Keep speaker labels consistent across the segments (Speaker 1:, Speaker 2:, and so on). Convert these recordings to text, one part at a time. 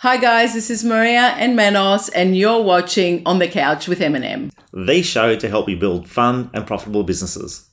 Speaker 1: Hi guys, this is Maria and Manos, and you're watching On the Couch with Eminem.
Speaker 2: the show to help you build fun and profitable businesses.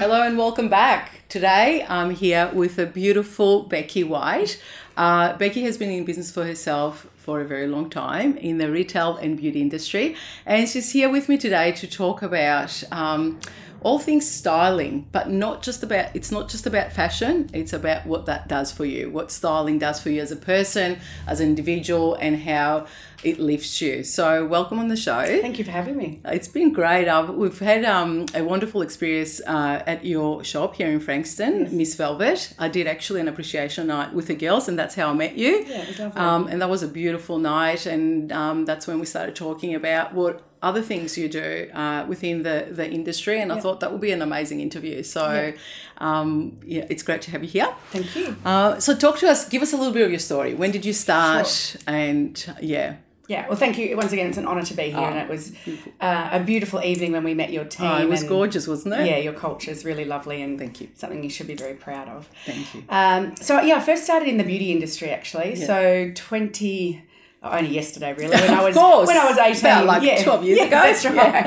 Speaker 1: Hello and welcome back. Today I'm here with a beautiful Becky White. Uh, Becky has been in business for herself for a very long time in the retail and beauty industry, and she's here with me today to talk about. Um, all things styling, but not just about it's not just about fashion, it's about what that does for you, what styling does for you as a person, as an individual, and how it lifts you. So, welcome on the show.
Speaker 3: Thank you for having me.
Speaker 1: It's been great. I've, we've had um, a wonderful experience uh, at your shop here in Frankston, Miss Velvet. I did actually an appreciation night with the girls, and that's how I met you.
Speaker 3: it was lovely.
Speaker 1: um, and that was a beautiful night, and um, that's when we started talking about what other things you do uh, within the, the industry. And I thought that would be an amazing interview. So, um, yeah, it's great to have you here.
Speaker 3: Thank you.
Speaker 1: Uh, so, talk to us. Give us a little bit of your story. When did you start? And yeah.
Speaker 3: Yeah, well, thank you once again. It's an honour to be here, and it was uh, a beautiful evening when we met your team.
Speaker 1: It was
Speaker 3: and-
Speaker 1: gorgeous, wasn't it?
Speaker 3: Yeah, your culture is really lovely, and thank you. Something you should be very proud of.
Speaker 1: Thank you.
Speaker 3: Um, so yeah, I first started in the beauty industry actually. So twenty. oh, Only yesterday, really. When I
Speaker 1: Of
Speaker 3: was
Speaker 1: course.
Speaker 3: when I was eighteen,
Speaker 1: About, like,
Speaker 3: yeah,
Speaker 1: 12 years
Speaker 3: yeah,
Speaker 1: ago.
Speaker 3: That's right.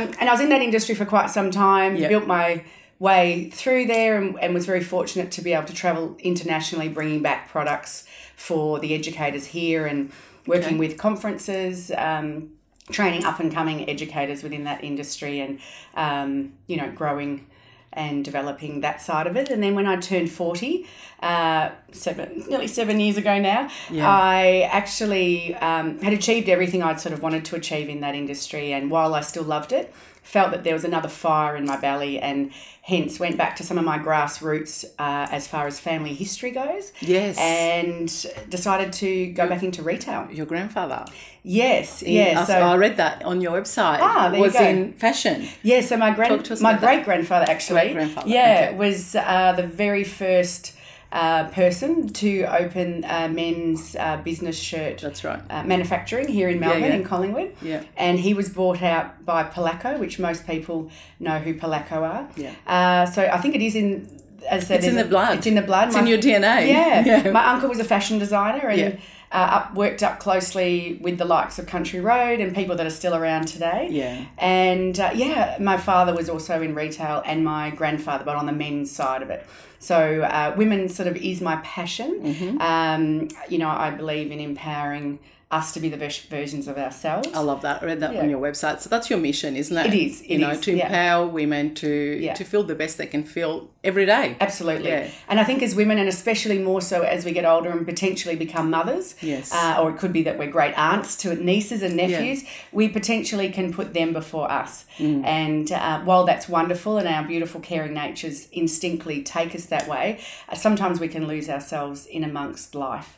Speaker 3: um, and I was in that industry for quite some time.
Speaker 1: Yeah.
Speaker 3: Built my way through there, and, and was very fortunate to be able to travel internationally, bringing back products for the educators here, and working with conferences. Um, training up and coming educators within that industry and um, you know growing and developing that side of it and then when i turned 40 uh, seven, nearly seven years ago now i actually um, had achieved everything i'd sort of wanted to achieve in that industry and while i still loved it felt that there was another fire in my belly and hence went back to some of my grassroots uh, as far as family history goes
Speaker 1: Yes.
Speaker 3: and decided to go back into retail
Speaker 1: your grandfather.
Speaker 3: yes
Speaker 1: Yeah,
Speaker 3: yeah so
Speaker 1: I read that on your website.
Speaker 3: Ah, there you
Speaker 1: was
Speaker 3: go.
Speaker 1: in fashion.
Speaker 3: Yeah, so my
Speaker 1: Talk
Speaker 3: grand,
Speaker 1: to us
Speaker 3: my
Speaker 1: about that.
Speaker 3: great grandfather actually,
Speaker 1: Great-grandfather,
Speaker 3: yeah,
Speaker 1: okay.
Speaker 3: was uh, the very first uh, person to open uh, men's uh, business shirt
Speaker 1: That's right.
Speaker 3: uh, manufacturing here in Melbourne
Speaker 1: yeah.
Speaker 3: in Collingwood.
Speaker 1: Yeah.
Speaker 3: And he was bought out by Palaco, which most people know who Palaco are.
Speaker 1: Yeah.
Speaker 3: Uh, so I think it is in. As I said,
Speaker 1: It's in
Speaker 3: there's
Speaker 1: the
Speaker 3: a-
Speaker 1: blood.
Speaker 3: It's in the blood.
Speaker 1: It's in your DNA.
Speaker 3: Yeah.
Speaker 1: Yeah.
Speaker 3: My uncle was a fashion designer and
Speaker 1: Yeah.
Speaker 3: uh, up, worked up closely with the likes of Country Road and people that are still around today.
Speaker 1: Yeah.
Speaker 3: And uh, yeah, my father was also in retail and my grandfather, but on the men's side of it. So uh, women sort of is my passion. Um, you know, I believe in empowering us to be the best versions of ourselves.
Speaker 1: I love that. I read that on your website. So that's your mission, isn't it?
Speaker 3: It is, it
Speaker 1: you know,
Speaker 3: is,
Speaker 1: to
Speaker 3: yeah.
Speaker 1: empower women to to feel the best they can feel every day.
Speaker 3: Absolutely.
Speaker 1: Yeah.
Speaker 3: And I think as women, and especially more so as we get older and potentially become mothers,
Speaker 1: Yes.
Speaker 3: uh, or it could be that we're great aunts to nieces and nephews, we potentially can put them before us.
Speaker 1: Mm.
Speaker 3: And uh, while that's wonderful and our beautiful, caring natures instinctively take us that way, uh, sometimes we can lose ourselves in amongst life.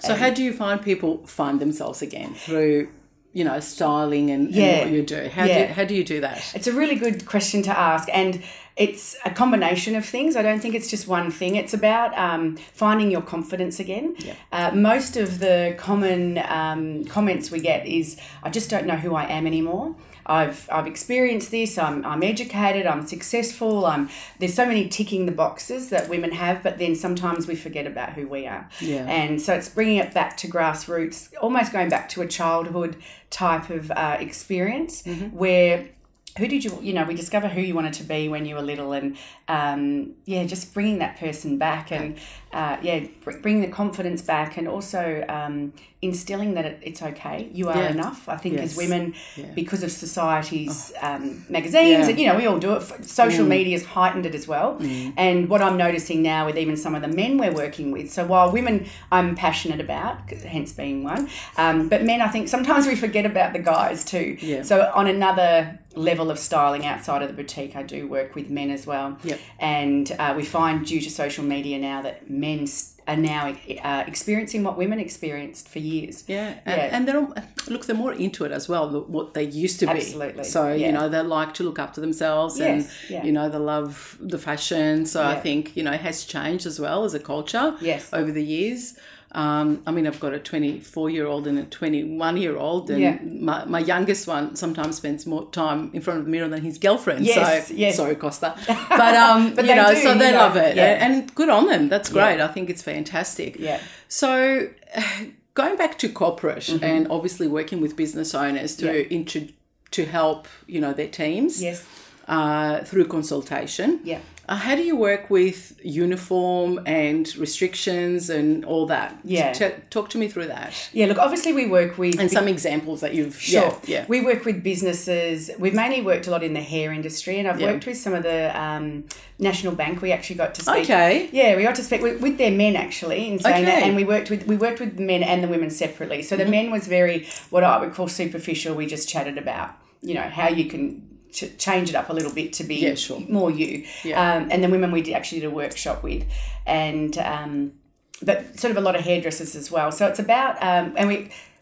Speaker 1: So how do you find people find themselves again through, you know, styling and, and
Speaker 3: Yeah.
Speaker 1: what you do? How do
Speaker 3: Yeah.
Speaker 1: you, how do you do that?
Speaker 3: It's a really good question to ask, and it's a combination of things. I don't think it's just one thing. It's about um, finding your confidence again. Uh, most of the common um, comments we get is, "I just don't know who I am anymore." I've, I've experienced this. I'm, I'm educated. I'm successful. I'm there's so many ticking the boxes that women have, but then sometimes we forget about who we are.
Speaker 1: Yeah.
Speaker 3: And so it's bringing it back to grassroots, almost going back to a childhood type of uh, experience
Speaker 1: Mm-hmm.
Speaker 3: where who did you you know we discover who you wanted to be when you were little and um, yeah just bringing that person back and uh, yeah br- bring the confidence back and also um, instilling that it, it's okay you are
Speaker 1: Yeah.
Speaker 3: enough i think
Speaker 1: Yes.
Speaker 3: as women
Speaker 1: Yeah. Oh.
Speaker 3: because of society's um, magazines
Speaker 1: Yeah. Mm.
Speaker 3: and you know we all do it f- social media's heightened it as well and what i'm noticing now with even some of the men we're working with so while women i'm passionate about c- hence being one um, but men i think sometimes we forget about the guys too
Speaker 1: Yeah.
Speaker 3: so on another level of styling outside of the boutique, I do work with men as well.
Speaker 1: Yep.
Speaker 3: And uh, we find due to social media now that men s- are now uh, experiencing what women experienced for years.
Speaker 1: Yeah, and,
Speaker 3: Yeah.
Speaker 1: and they're all, look they're more into it as well. than What they used to be,
Speaker 3: Absolutely,
Speaker 1: So you
Speaker 3: yeah.
Speaker 1: know they like to look up to themselves,
Speaker 3: Yes,
Speaker 1: and
Speaker 3: yeah.
Speaker 1: you know they love the fashion. So I
Speaker 3: Yeah.
Speaker 1: think you know it has changed as well as a culture.
Speaker 3: Yes.
Speaker 1: over the years. Um, I mean, I've got a 24 year old and a 21 year old, and
Speaker 3: Yeah.
Speaker 1: my, my youngest one sometimes spends more time in front of the mirror than his girlfriend.
Speaker 3: Yes,
Speaker 1: so,
Speaker 3: yes.
Speaker 1: sorry, Costa. But, um,
Speaker 3: But
Speaker 1: you
Speaker 3: they
Speaker 1: know,
Speaker 3: do,
Speaker 1: so
Speaker 3: you
Speaker 1: they
Speaker 3: know,
Speaker 1: love it.
Speaker 3: yeah.
Speaker 1: And, and good on them. That's great. I think it's fantastic.
Speaker 3: Yeah.
Speaker 1: So, going back to corporate
Speaker 3: Mm-hmm.
Speaker 1: and obviously working with business owners to intro- to help you know their teams
Speaker 3: Yes.
Speaker 1: uh, through consultation.
Speaker 3: Yeah.
Speaker 1: Uh, how do you work with uniform and restrictions and all that?
Speaker 3: Yeah.
Speaker 1: T- talk to me through that
Speaker 3: Yeah, look, obviously we work with
Speaker 1: and some examples that you've
Speaker 3: Sure.
Speaker 1: Yeah.
Speaker 3: We work with businesses. We've mainly worked a lot in the hair industry, and I've worked with some of the um, National Bank. We actually got to speak.
Speaker 1: Okay.
Speaker 3: Yeah, we got to speak with, with their men actually in saying that,
Speaker 1: Okay. Mm-hmm.
Speaker 3: and we worked with we worked with the men and the women separately. So the men was very what I would call superficial. We just chatted about you know how you can. Ch- change it up a little bit to be
Speaker 1: Yeah, sure.
Speaker 3: more you um, and the women we did actually did a workshop with and um, but sort of a lot of hairdressers as well. So it's about um, and we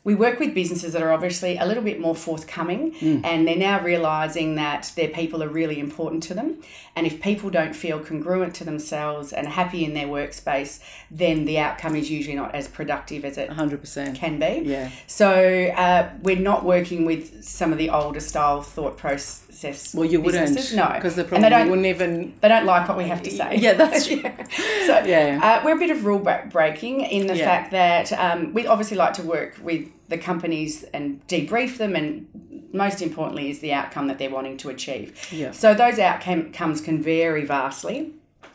Speaker 3: we work with businesses that are obviously a little bit more forthcoming
Speaker 1: Hmm.
Speaker 3: and they're now realizing that their people are really important to them and if people don't feel congruent to themselves and happy in their workspace then the outcome is usually not as productive as it
Speaker 1: Hundred percent.
Speaker 3: can be
Speaker 1: Uh-huh. Yeah.
Speaker 3: so uh, we're not working with some of the older style thought process
Speaker 1: Well, you wouldn't.
Speaker 3: businesses, no
Speaker 1: Because the
Speaker 3: and they
Speaker 1: problem
Speaker 3: don't
Speaker 1: wouldn't even.
Speaker 3: they don't like what we have to say
Speaker 1: Yeah, that's
Speaker 3: so
Speaker 1: Yeah.
Speaker 3: uh, we're a bit of rule ba- breaking in the
Speaker 1: Yeah.
Speaker 3: fact that um, we obviously like to work with the companies and debrief them and most importantly is the outcome that they're wanting to achieve
Speaker 1: Yeah.
Speaker 3: so those outcomes can vary vastly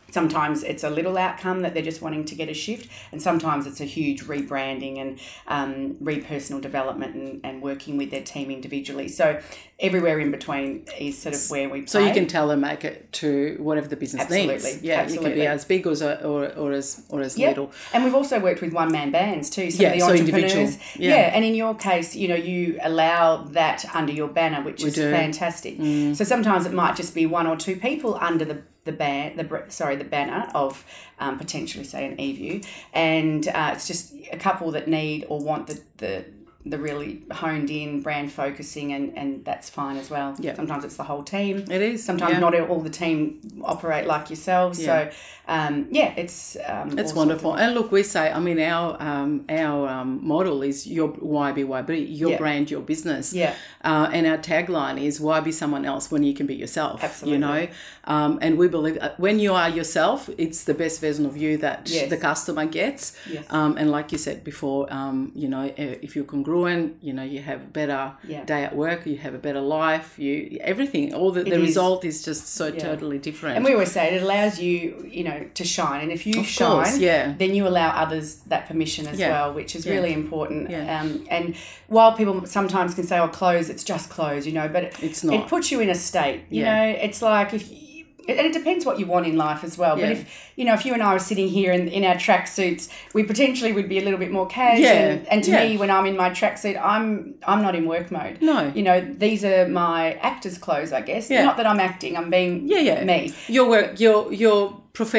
Speaker 3: sometimes it's a little outcome that they're just wanting to get a shift and sometimes it's a huge rebranding and um, re-personal development and, and working with their team individually so everywhere in between is sort of where we
Speaker 1: So you
Speaker 3: play.
Speaker 1: can tailor make it to whatever the business needs.
Speaker 3: Absolutely,
Speaker 1: Yeah, it can
Speaker 3: absolutely.
Speaker 1: be as big or as or, or as or as
Speaker 3: Yeah.
Speaker 1: little.
Speaker 3: And we've also worked with one man bands too. Some
Speaker 1: Yeah,
Speaker 3: of the
Speaker 1: so
Speaker 3: entrepreneurs.
Speaker 1: individual.
Speaker 3: Yeah.
Speaker 1: Yeah.
Speaker 3: and in your case, you know, you allow that under your banner, which is
Speaker 1: do. Mm.
Speaker 3: fantastic. So sometimes it might just be one or two people under the the ban the br- sorry the banner of um, potentially say an eView, and uh, it's just a couple that need or want the the the really honed in brand focusing and and that's fine as well
Speaker 1: Yeah.
Speaker 3: sometimes it's the whole team
Speaker 1: It is
Speaker 3: sometimes
Speaker 1: yeah.
Speaker 3: not all the team operate like yourselves so um, yeah it's um,
Speaker 1: It's
Speaker 3: all sorts
Speaker 1: wonderful. And look, we say, I mean, our um, our um, model is your YBYB, your
Speaker 3: Yeah.
Speaker 1: brand, your business.
Speaker 3: Yeah.
Speaker 1: Uh, and our tagline is why be someone else when you can be yourself.
Speaker 3: Absolutely.
Speaker 1: You know, um, and we believe uh, when you are yourself, it's the best version of you that
Speaker 3: Yes.
Speaker 1: the customer gets.
Speaker 3: Yes.
Speaker 1: Um, and like you said before, um, you know, eh, if you're congruent, you know, you have a better
Speaker 3: Yeah.
Speaker 1: day at work, you have a better life, you everything. All the, the
Speaker 3: is.
Speaker 1: result is just so totally different.
Speaker 3: And we always say it allows you, you know, to shine. And if you shine,
Speaker 1: course, yeah.
Speaker 3: then you allow others that permission as
Speaker 1: Yeah.
Speaker 3: well, which is really important.
Speaker 1: Yeah.
Speaker 3: Um, and while people sometimes can say, "Oh, clothes, it's just clothes," you know, but it,
Speaker 1: It's
Speaker 3: It
Speaker 1: not.
Speaker 3: puts you in a state. You
Speaker 1: Yeah.
Speaker 3: know, it's like if. You, and it depends what you want in life as well. But
Speaker 1: Yeah.
Speaker 3: if you know, if you and I were sitting here in, in our tracksuits, we potentially would be a little bit more casual.
Speaker 1: Yeah,
Speaker 3: And, and to
Speaker 1: yeah.
Speaker 3: me, when I'm in my tracksuit, I'm I'm not in work mode.
Speaker 1: No.
Speaker 3: you know, these are my actor's clothes, I guess.
Speaker 1: Yeah.
Speaker 3: Not that I'm acting. I'm being
Speaker 1: yeah, yeah.
Speaker 3: me.
Speaker 1: Your work, your your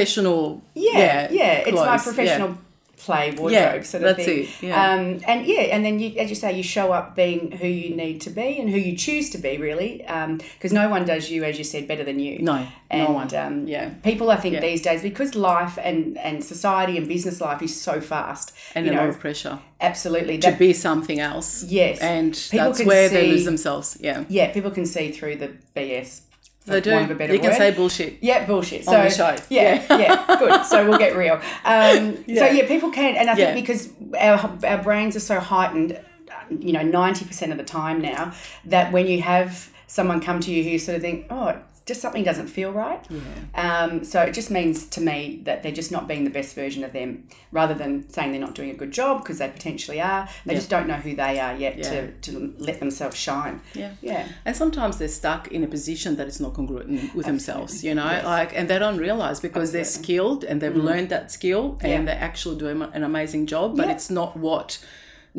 Speaker 1: professional.
Speaker 3: Yeah, yeah. it's my
Speaker 1: clothes,
Speaker 3: professional play wardrobe
Speaker 1: Yeah,
Speaker 3: sort of
Speaker 1: that's
Speaker 3: thing.
Speaker 1: it, yeah.
Speaker 3: Um, and yeah, and then you, as you say, you show up being who you need to be and who you choose to be, really, because no one does you, as you said, better than you.
Speaker 1: No, no
Speaker 3: and,
Speaker 1: one.
Speaker 3: Um,
Speaker 1: Yeah.
Speaker 3: people, I think these days, because life and and society and business life is so fast,
Speaker 1: And
Speaker 3: you
Speaker 1: a
Speaker 3: know,
Speaker 1: lot of pressure
Speaker 3: absolutely
Speaker 1: to
Speaker 3: that-
Speaker 1: be something else.
Speaker 3: Yes.
Speaker 1: and
Speaker 3: People
Speaker 1: that's
Speaker 3: can
Speaker 1: where they
Speaker 3: see-
Speaker 1: lose themselves. Yeah,
Speaker 3: yeah, people can see through the BS. for
Speaker 1: they do.
Speaker 3: want of a better
Speaker 1: You can
Speaker 3: word.
Speaker 1: say bullshit.
Speaker 3: Yeah, bullshit. So,
Speaker 1: On the show.
Speaker 3: Yeah, yeah, good. So we'll get real. Um, So yeah, people can, and I think
Speaker 1: Yeah.
Speaker 3: because our, our brains are so heightened, you know, ninety percent of the time now, that when you have someone come to you who sort of think, oh. Just something doesn't feel right. Yeah. Um, so it just means to me that they're just not being the best version of them, rather than saying they're not doing a good job because they potentially are. They just don't know who they are yet to, to let themselves shine.
Speaker 1: Yeah.
Speaker 3: Yeah.
Speaker 1: And sometimes they're stuck in a position that is not congruent with themselves, you know, like, and they don't realize because they're skilled and they've learned that skill and
Speaker 3: Mm-hmm. Yeah.
Speaker 1: they actually do am- an amazing job, but
Speaker 3: Yeah.
Speaker 1: it's not what,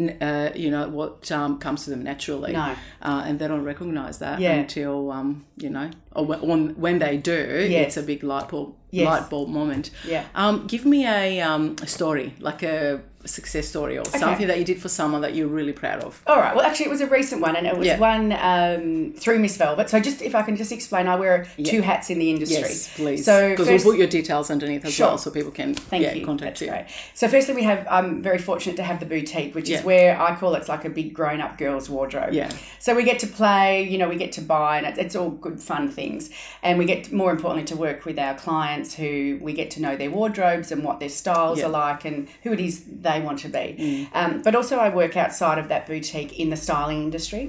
Speaker 1: n- uh, you know, what um, comes to them naturally.
Speaker 3: No.
Speaker 1: Uh, and they don't recognize that
Speaker 3: Yeah.
Speaker 1: until, um, you know, or when, when- when they do,
Speaker 3: Yes.
Speaker 1: it's a big light bulb,
Speaker 3: Yes.
Speaker 1: light bulb moment.
Speaker 3: Yeah.
Speaker 1: Um, give me a, um, a story, like a, success story or something that you did for someone that you're really proud of?
Speaker 3: All right. Well, actually, it was a recent one, and it was
Speaker 1: Yeah.
Speaker 3: one um, through Miss Velvet. So, just if I can just explain, I wear two hats in the industry.
Speaker 1: Yes, please.
Speaker 3: So,
Speaker 1: because
Speaker 3: first-
Speaker 1: we'll put your details underneath as
Speaker 3: Sure.
Speaker 1: well, so people can
Speaker 3: Thank
Speaker 1: yeah
Speaker 3: you.
Speaker 1: contact
Speaker 3: That's
Speaker 1: you.
Speaker 3: great. So, firstly, we have. I'm very fortunate to have the boutique, which
Speaker 1: Yeah.
Speaker 3: is where I call it's like a big grown-up girls' wardrobe.
Speaker 1: Yeah.
Speaker 3: So we get to play. You know, we get to buy, and it's, it's all good fun things. And we get more importantly to work with our clients, who we get to know their wardrobes and what their styles are like, and who it is they want to
Speaker 1: Mm.
Speaker 3: be. Um, but also, I work outside of that boutique in the styling industry.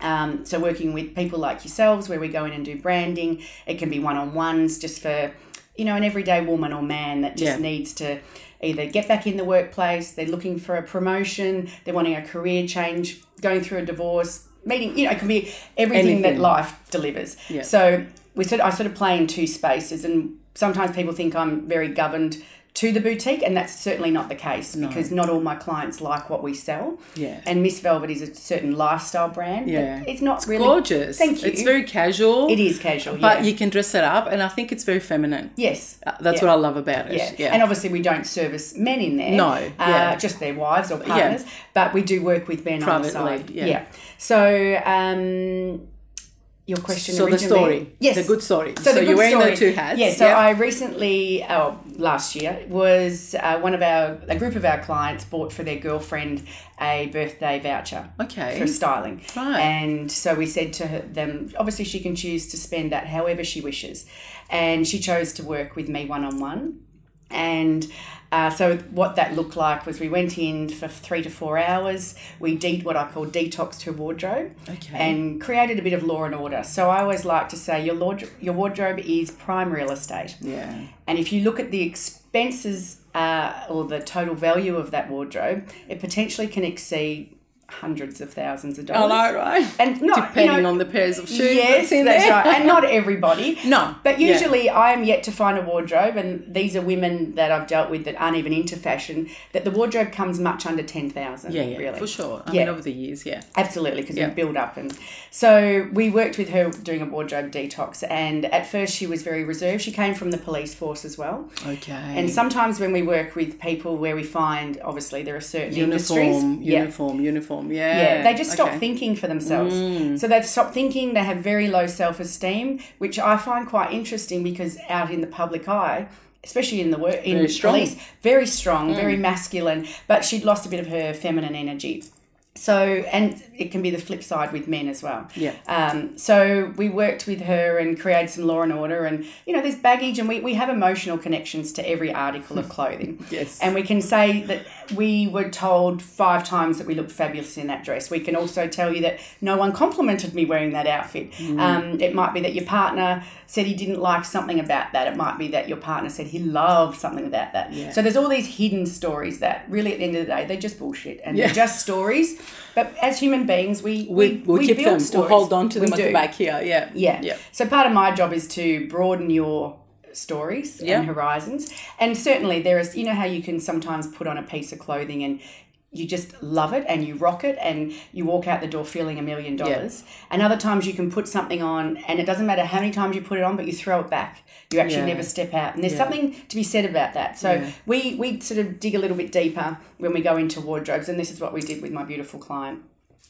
Speaker 3: Um, so working with people like yourselves, where we go in and do branding, it can be one on ones, just for you know an everyday woman or man that
Speaker 1: Yeah.
Speaker 3: just needs to either get back in the workplace, they're looking for a promotion, they're wanting a career change, going through a divorce, meeting. You know, it can be everything that
Speaker 1: Anything.
Speaker 3: life delivers. So we sort I sort of play in two spaces, and sometimes people think I'm very governed. To the boutique, and that's certainly not the case because not all my clients like what we sell.
Speaker 1: Yeah.
Speaker 3: and Miss Velvet is a certain lifestyle brand. but
Speaker 1: Yeah.
Speaker 3: it's not really
Speaker 1: Gorgeous.
Speaker 3: Thank you.
Speaker 1: It's very casual.
Speaker 3: It is casual,
Speaker 1: but
Speaker 3: yeah.
Speaker 1: you can dress it up, and I think it's very feminine.
Speaker 3: yes.
Speaker 1: Uh, That's what I love about it.
Speaker 3: yeah.
Speaker 1: Yeah,
Speaker 3: and obviously we don't service men in there.
Speaker 1: No,
Speaker 3: uh,
Speaker 1: yeah.
Speaker 3: just their wives or partners. But we do work with men
Speaker 1: Privately,
Speaker 3: on the side.
Speaker 1: yeah.
Speaker 3: So um, your question.
Speaker 1: so the
Speaker 3: originally-
Speaker 1: story,
Speaker 3: yes,
Speaker 1: the good story.
Speaker 3: So, the
Speaker 1: you're
Speaker 3: good
Speaker 1: wearing
Speaker 3: story.
Speaker 1: the two hats.
Speaker 3: Yeah. So I recently, oh, last year, was uh, one of our a group of our clients bought for their girlfriend a birthday voucher.
Speaker 1: Okay.
Speaker 3: For styling.
Speaker 1: Right.
Speaker 3: And so we said to her, them, obviously she can choose to spend that however she wishes, and she chose to work with me one on one. And uh, so, what that looked like was we went in for three to four hours. We did what I call detoxed her wardrobe
Speaker 1: Okay.
Speaker 3: and created a bit of law and order. So, I always like to say your, lord- your wardrobe is prime real estate.
Speaker 1: yeah,
Speaker 3: And if you look at the expenses uh, or the total value of that wardrobe, it potentially can exceed hundreds of thousands of
Speaker 1: I
Speaker 3: dollars.
Speaker 1: know, right?
Speaker 3: And not, you know-
Speaker 1: depending on the pairs of shoes.
Speaker 3: Yes,
Speaker 1: that's in
Speaker 3: that's
Speaker 1: there.
Speaker 3: right. And not everybody.
Speaker 1: No,
Speaker 3: But
Speaker 1: yeah.
Speaker 3: usually I am yet to find a wardrobe, and these are women that I've dealt with that aren't even into fashion, that the wardrobe comes much under 10,000.
Speaker 1: Yeah, yeah,
Speaker 3: really.
Speaker 1: for sure. I
Speaker 3: Yeah.
Speaker 1: mean, over the years, yeah.
Speaker 3: Absolutely, because we build up. And so we worked with her doing a wardrobe detox, and at first she was very reserved. She came from the police force as well.
Speaker 1: Okay.
Speaker 3: And sometimes when we work with people where we find, obviously, there are certain
Speaker 1: uniform,
Speaker 3: industries. Yeah.
Speaker 1: uniform, uniform. Yeah.
Speaker 3: Yeah, they just stop
Speaker 1: Okay. Mm.
Speaker 3: thinking for themselves. So they've stopped thinking, they have very low self esteem, which I find quite interesting because out in the public eye, especially in the work in
Speaker 1: Very strong. Mm.
Speaker 3: police, very strong, very masculine, but she'd lost a bit of her feminine energy. So, and it can be the flip side with men as well.
Speaker 1: Yeah.
Speaker 3: Um, so we worked with her and created some law and order, and you know, there's baggage, and we, we have emotional connections to every article of clothing.
Speaker 1: Yes.
Speaker 3: And we can say that we were told five times that we looked fabulous in that dress. We can also tell you that no one complimented me wearing that outfit.
Speaker 1: Mm.
Speaker 3: Um, it might be that your partner said he didn't like something about that. It might be that your partner said he loved something about that. So there's all these hidden stories that really at the end of the day, they're just bullshit and
Speaker 1: Yeah.
Speaker 3: they're just stories. But as human beings, we,
Speaker 1: We, we'll keep
Speaker 3: build
Speaker 1: them.
Speaker 3: stories.
Speaker 1: We'll hold on to
Speaker 3: We
Speaker 1: them at
Speaker 3: do.
Speaker 1: the back here. Yeah.
Speaker 3: Yeah.
Speaker 1: Yeah.
Speaker 3: So part of my job is to broaden your stories
Speaker 1: Yeah.
Speaker 3: and horizons. And certainly there is you know how you can sometimes put on a piece of clothing and you just love it and you rock it and you walk out the door feeling a million dollars. And other times you can put something on and it doesn't matter how many times you put it on, but you throw it back. You actually
Speaker 1: Yeah.
Speaker 3: never step out. And there's something to be said about that. So we, we sort of dig a little bit deeper when we go into wardrobes. And this is what we did with my beautiful client.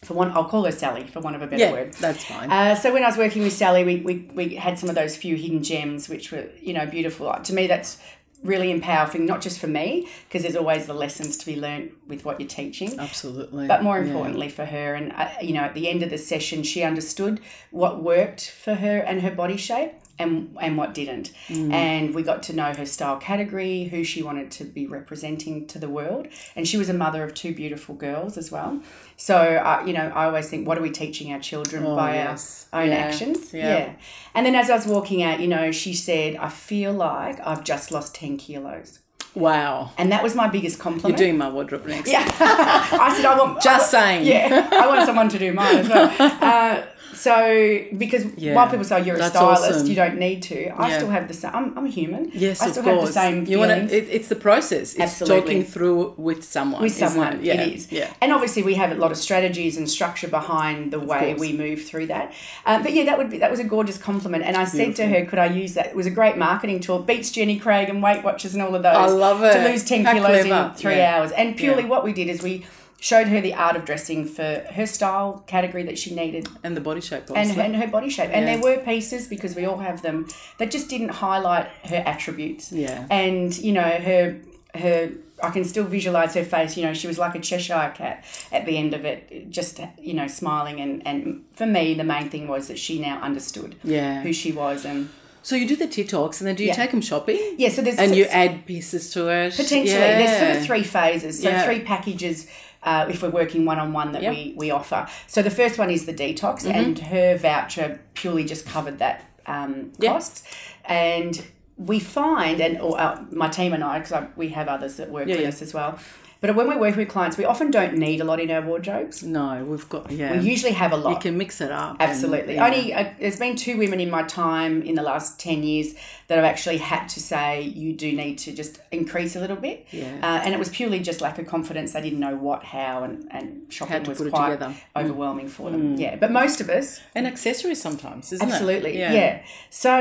Speaker 3: For one, I'll call her Sally for want of a better
Speaker 1: Yeah.
Speaker 3: word.
Speaker 1: That's fine.
Speaker 3: Uh, so when I was working with Sally, we, we, we had some of those few hidden gems, which were, you know, beautiful. To me, that's really empowering, not just for me, because there's always the lessons to be learnt with what you're teaching.
Speaker 1: Absolutely.
Speaker 3: But more importantly for her, and uh, you know, at the end of the session, she understood what worked for her and her body shape, and and what didn't.
Speaker 1: Mm.
Speaker 3: And we got to know her style category, who she wanted to be representing to the world, and she was a mother of two beautiful girls as well. So uh, you know, I always think, what are we teaching our children by
Speaker 1: Oh, yes.
Speaker 3: our own
Speaker 1: Yeah.
Speaker 3: actions?
Speaker 1: Yeah.
Speaker 3: yeah. And then as I was walking out, you know, she said, "I feel like I've just lost ten kilos,"
Speaker 1: wow.
Speaker 3: and that was my biggest
Speaker 1: You're
Speaker 3: compliment.
Speaker 1: doing my wardrobe next.
Speaker 3: yeah, I said, "I want
Speaker 1: Just saying.
Speaker 3: yeah, I want someone to do mine as well. Uh, so because while people say you're a
Speaker 1: that's
Speaker 3: stylist,
Speaker 1: awesome.
Speaker 3: you don't need to. I
Speaker 1: Yeah.
Speaker 3: still have the same. I'm, I'm a human.
Speaker 1: Yes,
Speaker 3: I still
Speaker 1: of course.
Speaker 3: have the same
Speaker 1: you
Speaker 3: feelings.
Speaker 1: want to, it, it's the process. It's
Speaker 3: Absolutely.
Speaker 1: talking through with someone.
Speaker 3: with
Speaker 1: Isn't
Speaker 3: someone,
Speaker 1: it? Yeah.
Speaker 3: it is.
Speaker 1: Yeah.
Speaker 3: And obviously, we have a lot of strategies and structure behind the way
Speaker 1: course.
Speaker 3: we move through that. Um, but yeah, that would be that was a gorgeous compliment. And I said to her, "Could I use that?" It was a great marketing tool. Beats Jenny Craig and Weight Watchers and all of those.
Speaker 1: I love love it.
Speaker 3: to lose 10
Speaker 1: How
Speaker 3: kilos
Speaker 1: clever.
Speaker 3: in three
Speaker 1: Yeah.
Speaker 3: hours. And purely what we did is we showed her the art of dressing for her style category that she needed
Speaker 1: And the body shape,
Speaker 3: and,
Speaker 1: obviously.
Speaker 3: and her body shape. And there were pieces because we all have them that just didn't highlight her attributes.
Speaker 1: Yeah.
Speaker 3: And you know her her I can still visualize her face. You know she was like a Cheshire cat at the end of it, just you know smiling. And and for me the main thing was that she now understood
Speaker 1: Yeah.
Speaker 3: who she was and
Speaker 1: so you do the tea talks and then do you take them shopping?
Speaker 3: yeah. So there's
Speaker 1: And you add pieces to it.
Speaker 3: potentially there's sort of three phases so
Speaker 1: Yeah.
Speaker 3: three packages uh, if we're working one-on-one that we, we offer so the first one is the detox
Speaker 1: Mm-hmm.
Speaker 3: and her voucher purely just covered that um, cost and we find and or uh, my team and i because we have others that work with
Speaker 1: yeah.
Speaker 3: us as well but when we work with clients we often don't need a lot in our wardrobes
Speaker 1: No, we've got, yeah.
Speaker 3: we usually have a lot
Speaker 1: you can mix it up. and-
Speaker 3: Absolutely. Only uh, there's been two women in my time in the last ten years that I've actually had to say you do need to just increase a little bit.
Speaker 1: Yeah.
Speaker 3: Uh, and it was purely just lack of confidence. They didn't know what, how, and and shopping
Speaker 1: to
Speaker 3: was
Speaker 1: put it
Speaker 3: quite
Speaker 1: together. Mm.
Speaker 3: overwhelming for them. Yeah. But most of us,
Speaker 1: And accessories sometimes, isn't
Speaker 3: absolutely,
Speaker 1: it?
Speaker 3: yeah. So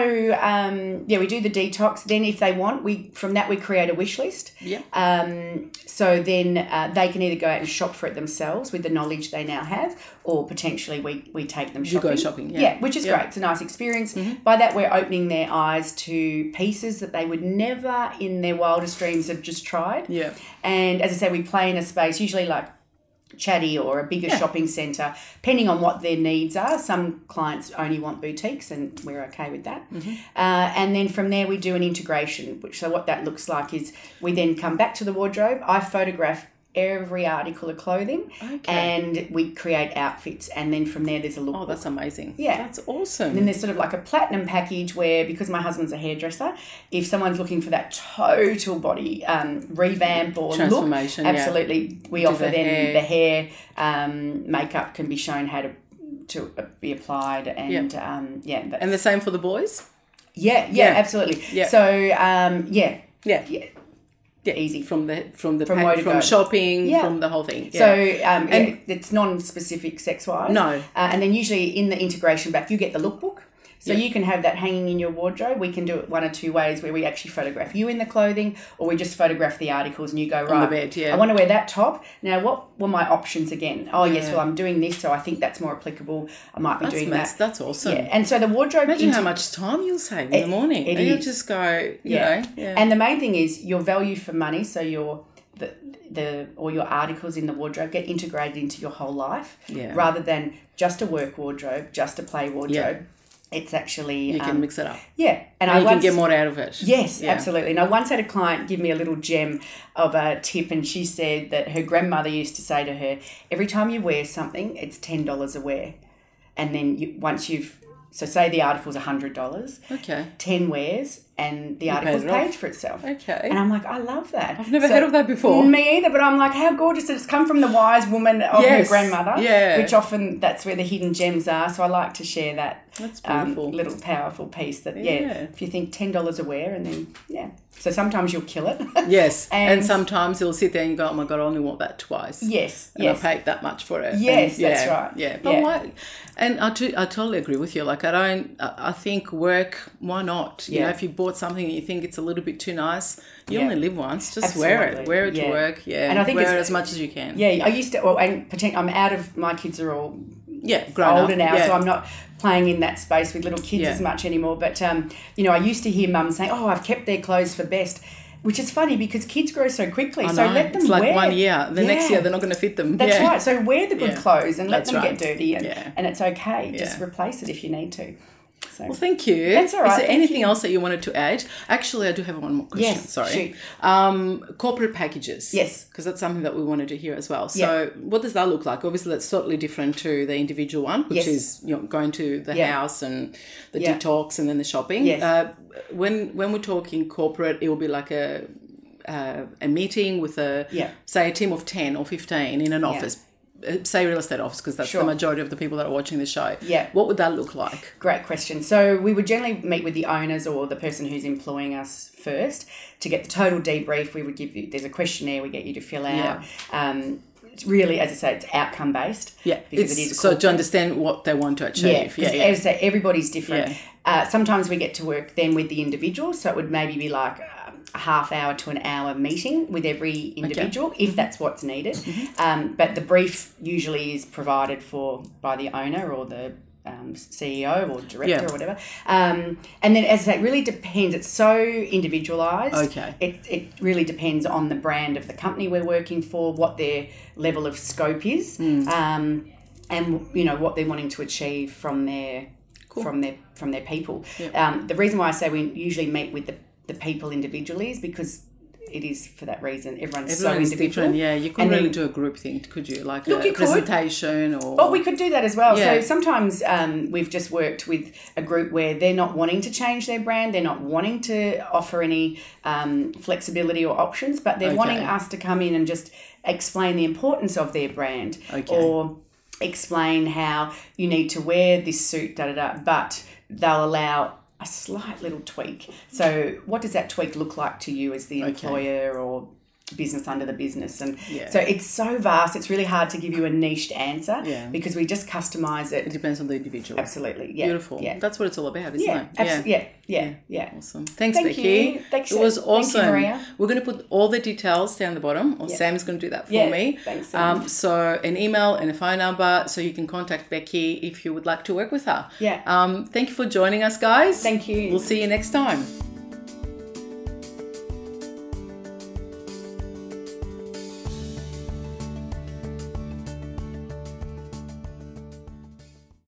Speaker 3: um, yeah, we do the detox. Then if they want, we from that we create a wish list.
Speaker 1: Yeah.
Speaker 3: Um, so then uh, they can either go out and shop for it themselves with the knowledge they now have, or potentially we, we take them shopping.
Speaker 1: shopping, yeah. Mm-hmm.
Speaker 3: which is great. It's a nice experience. By that, we're opening their eyes to pieces that they would never in their wildest dreams have just tried.
Speaker 1: Yeah.
Speaker 3: And as I say, we play in a space usually like chatty or a bigger shopping centre, depending on what their needs are. Some clients only want boutiques, and we're okay with that. Uh, and then from there, we do an integration. Which so what that looks like is we then come back to the wardrobe. I photograph every article of clothing, and we create outfits. And then from there, there's a look.
Speaker 1: Oh, that's amazing.
Speaker 3: Yeah.
Speaker 1: That's awesome.
Speaker 3: And there's sort of like a platinum package where, because my husband's a hairdresser, if someone's looking for that total body um, revamp or
Speaker 1: Transformation, yeah.
Speaker 3: look, absolutely, we offer
Speaker 1: the
Speaker 3: them
Speaker 1: hair.
Speaker 3: the hair, um, makeup can be shown how to to uh, be applied, and um, yeah, that's,
Speaker 1: and the same for the boys?
Speaker 3: yeah, yeah,
Speaker 1: yeah.
Speaker 3: absolutely.
Speaker 1: Yeah.
Speaker 3: So um, yeah,
Speaker 1: Yeah.
Speaker 3: yeah,
Speaker 1: Yeah.
Speaker 3: easy.
Speaker 1: From the from the
Speaker 3: From
Speaker 1: pack-
Speaker 3: where to
Speaker 1: from
Speaker 3: go.
Speaker 1: shopping,
Speaker 3: Yeah.
Speaker 1: from the whole thing.
Speaker 3: So
Speaker 1: Yeah.
Speaker 3: um, and it's non-specific sex-wise.
Speaker 1: No.
Speaker 3: uh, and then usually in the integration back, you get the lookbook. So you can have that hanging in your wardrobe. We can do it one or two ways, where we actually photograph you in the clothing, or we just photograph the articles, and you go right.
Speaker 1: bed, yeah.
Speaker 3: I want to wear that top. Now, what were my options again? Oh yes, well I'm doing this, so I think that's more applicable. I might be
Speaker 1: that's
Speaker 3: doing
Speaker 1: mas-
Speaker 3: that.
Speaker 1: that's awesome.
Speaker 3: Yeah. And so the wardrobe.
Speaker 1: Imagine how
Speaker 3: inte-
Speaker 1: much time you'll save in the morning.
Speaker 3: it
Speaker 1: and you'll
Speaker 3: is.
Speaker 1: just go, you
Speaker 3: yeah.
Speaker 1: know. Yeah.
Speaker 3: And the main thing is your value for money. So your the the all your articles in the wardrobe get integrated into your whole life,
Speaker 1: Yeah.
Speaker 3: rather than just a work wardrobe, just a play wardrobe. It's actually
Speaker 1: you can
Speaker 3: um,
Speaker 1: mix it up.
Speaker 3: yeah, and, I
Speaker 1: And you can
Speaker 3: once,
Speaker 1: get more out of it.
Speaker 3: Yes,
Speaker 1: Yeah.
Speaker 3: absolutely. And I once had a client give me a little gem of a tip, and she said that her grandmother used to say to her, "Every time you wear something, it's ten dollars a wear, and then you, once you've so say the article's hundred dollars,
Speaker 1: Okay.
Speaker 3: 10 wares and the
Speaker 1: pays
Speaker 3: article's
Speaker 1: it off.
Speaker 3: paid for itself.
Speaker 1: Okay.
Speaker 3: And I'm like, I love that. I've
Speaker 1: never heard of that before.
Speaker 3: Me either, but I'm like, how gorgeous. It's come from the wise woman of
Speaker 1: Yes,
Speaker 3: her grandmother.
Speaker 1: yeah.
Speaker 3: Which often that's where the hidden gems are. So I like to share that
Speaker 1: That's
Speaker 3: um,
Speaker 1: beautiful.
Speaker 3: little powerful piece that, yeah.
Speaker 1: Yeah.
Speaker 3: if you think $10 a wear and then, yeah. So sometimes you'll kill it.
Speaker 1: Yes. And,
Speaker 3: And-
Speaker 1: sometimes you'll sit there and go, oh my God, I only want that twice.
Speaker 3: yes,
Speaker 1: And
Speaker 3: yes.
Speaker 1: I paid that much for it.
Speaker 3: Yes,
Speaker 1: And
Speaker 3: that's
Speaker 1: yeah,
Speaker 3: right.
Speaker 1: Yeah. But
Speaker 3: Yeah.
Speaker 1: why? And I, to, I totally agree with you. Like, I don't, I I think work, why not? You know,
Speaker 3: Yeah.
Speaker 1: if you bought something and you think it's a little bit too nice, you
Speaker 3: Yeah.
Speaker 1: only live once. Just wear it.
Speaker 3: Absolutely.
Speaker 1: Wear it to
Speaker 3: Yeah.
Speaker 1: work. Yeah.
Speaker 3: And I think
Speaker 1: wear it
Speaker 3: it's-
Speaker 1: as much as you can.
Speaker 3: Yeah, I used to, well, and pretend I'm out of, my kids are all
Speaker 1: Yeah. Grown
Speaker 3: older
Speaker 1: up.
Speaker 3: now,
Speaker 1: yeah.
Speaker 3: so I'm not playing in that space with little kids
Speaker 1: Yeah.
Speaker 3: as much anymore. But um, you know, I used to hear mums saying, "Oh, I've kept their clothes for best," which is funny because kids grow so quickly. so
Speaker 1: No,
Speaker 3: let them
Speaker 1: it's like
Speaker 3: wear.
Speaker 1: one year. The next
Speaker 3: Yeah.
Speaker 1: year, they're not going to fit them.
Speaker 3: That's
Speaker 1: yeah.
Speaker 3: right. So wear the good
Speaker 1: Yeah.
Speaker 3: clothes and let
Speaker 1: That's
Speaker 3: them
Speaker 1: right.
Speaker 3: get dirty, and,
Speaker 1: Yeah.
Speaker 3: and it's okay. Just
Speaker 1: Yeah.
Speaker 3: replace it if you need to. So
Speaker 1: Well, thank you.
Speaker 3: That's all
Speaker 1: Is
Speaker 3: right,
Speaker 1: there
Speaker 3: thank
Speaker 1: anything else that you wanted to add? Actually, I do have one more question.
Speaker 3: Yes,
Speaker 1: Sorry.
Speaker 3: shoot.
Speaker 1: Um, corporate packages.
Speaker 3: Yes.
Speaker 1: Because that's something that we wanted to hear as well. So,
Speaker 3: Yeah.
Speaker 1: what does that look like? Obviously, that's totally different to the individual one, which
Speaker 3: Yes.
Speaker 1: is you know, going to the
Speaker 3: Yeah.
Speaker 1: house and the
Speaker 3: Yeah.
Speaker 1: detox and then the shopping.
Speaker 3: Yes.
Speaker 1: Uh, when when we're talking corporate, it will be like a uh, a meeting with a
Speaker 3: Yeah.
Speaker 1: say a team of ten or fifteen in an office. Uh, Say real estate office because that's the
Speaker 3: Sure.
Speaker 1: majority of the people that are watching the show.
Speaker 3: Yeah.
Speaker 1: What would that look like?
Speaker 3: Great question. So we would generally meet with the owners or the person who's employing us first to get the total debrief. We would give you there's a questionnaire we get you to fill
Speaker 1: Yeah.
Speaker 3: out. Um, it's really, as I say, it's outcome based.
Speaker 1: Yeah,
Speaker 3: because
Speaker 1: it's,
Speaker 3: it is a
Speaker 1: so
Speaker 3: corporate.
Speaker 1: to understand what they want to
Speaker 3: Yeah,
Speaker 1: achieve.
Speaker 3: 'cause as I say, everybody's different.
Speaker 1: Yeah.
Speaker 3: Uh, sometimes we get to work then with the individual, so it would maybe be like um, a half hour to an hour meeting with every individual if that's what's needed. Um, but the brief usually is provided for by the owner or the um, CEO or director
Speaker 1: Yeah.
Speaker 3: or whatever. Um, and then, as I say, it really depends. It's so individualised.
Speaker 1: Okay.
Speaker 3: It, it really depends on the brand of the company we're working for, what their level of scope is, um, and you know what they're wanting to achieve from their from their from their people. Um, the reason why I say we usually meet with the, the people individually is because it is for that reason. Everyone's so
Speaker 1: Everyone is
Speaker 3: individual.
Speaker 1: different. Yeah, you couldn't
Speaker 3: And
Speaker 1: really
Speaker 3: then-
Speaker 1: do a group thing, could you? Like
Speaker 3: Look,
Speaker 1: a
Speaker 3: you could. Oh.
Speaker 1: presentation or.
Speaker 3: Well, we could do that as well.
Speaker 1: Yeah.
Speaker 3: So sometimes um, we've just worked with a group where they're not wanting to change their brand, they're not wanting to offer any um, flexibility or options, but they're wanting us to come in and just explain the importance of their brand
Speaker 1: Okay.
Speaker 3: or explain how you need to wear this suit, da da da, but they'll allow. A slight little tweak. So, what does that tweak look like to you as the employer or business under the business? And
Speaker 1: Yeah.
Speaker 3: so it's so vast, it's really hard to give you a niched answer
Speaker 1: Yeah.
Speaker 3: because we just customize
Speaker 1: It
Speaker 3: it.
Speaker 1: depends on the individual.
Speaker 3: Absolutely. Yeah.
Speaker 1: Beautiful.
Speaker 3: Yeah.
Speaker 1: That's what it's all about, isn't
Speaker 3: Yeah.
Speaker 1: it?
Speaker 3: Absolutely. Yeah. Yeah. Yeah.
Speaker 1: Awesome. Thanks,
Speaker 3: Thank
Speaker 1: Becky.
Speaker 3: you. Thanks,
Speaker 1: it was
Speaker 3: Sam. Thank you,
Speaker 1: awesome.
Speaker 3: Maria.
Speaker 1: We're going to put all the details down the bottom, or Sam is going to do that for
Speaker 3: Yeah.
Speaker 1: me.
Speaker 3: Thanks, Sam.
Speaker 1: Um, so an email and a phone number, so you can contact Becky if you would like to work with her.
Speaker 3: Yeah.
Speaker 1: Um, thank you for joining us, guys.
Speaker 3: Thank you.
Speaker 1: We'll see you next time.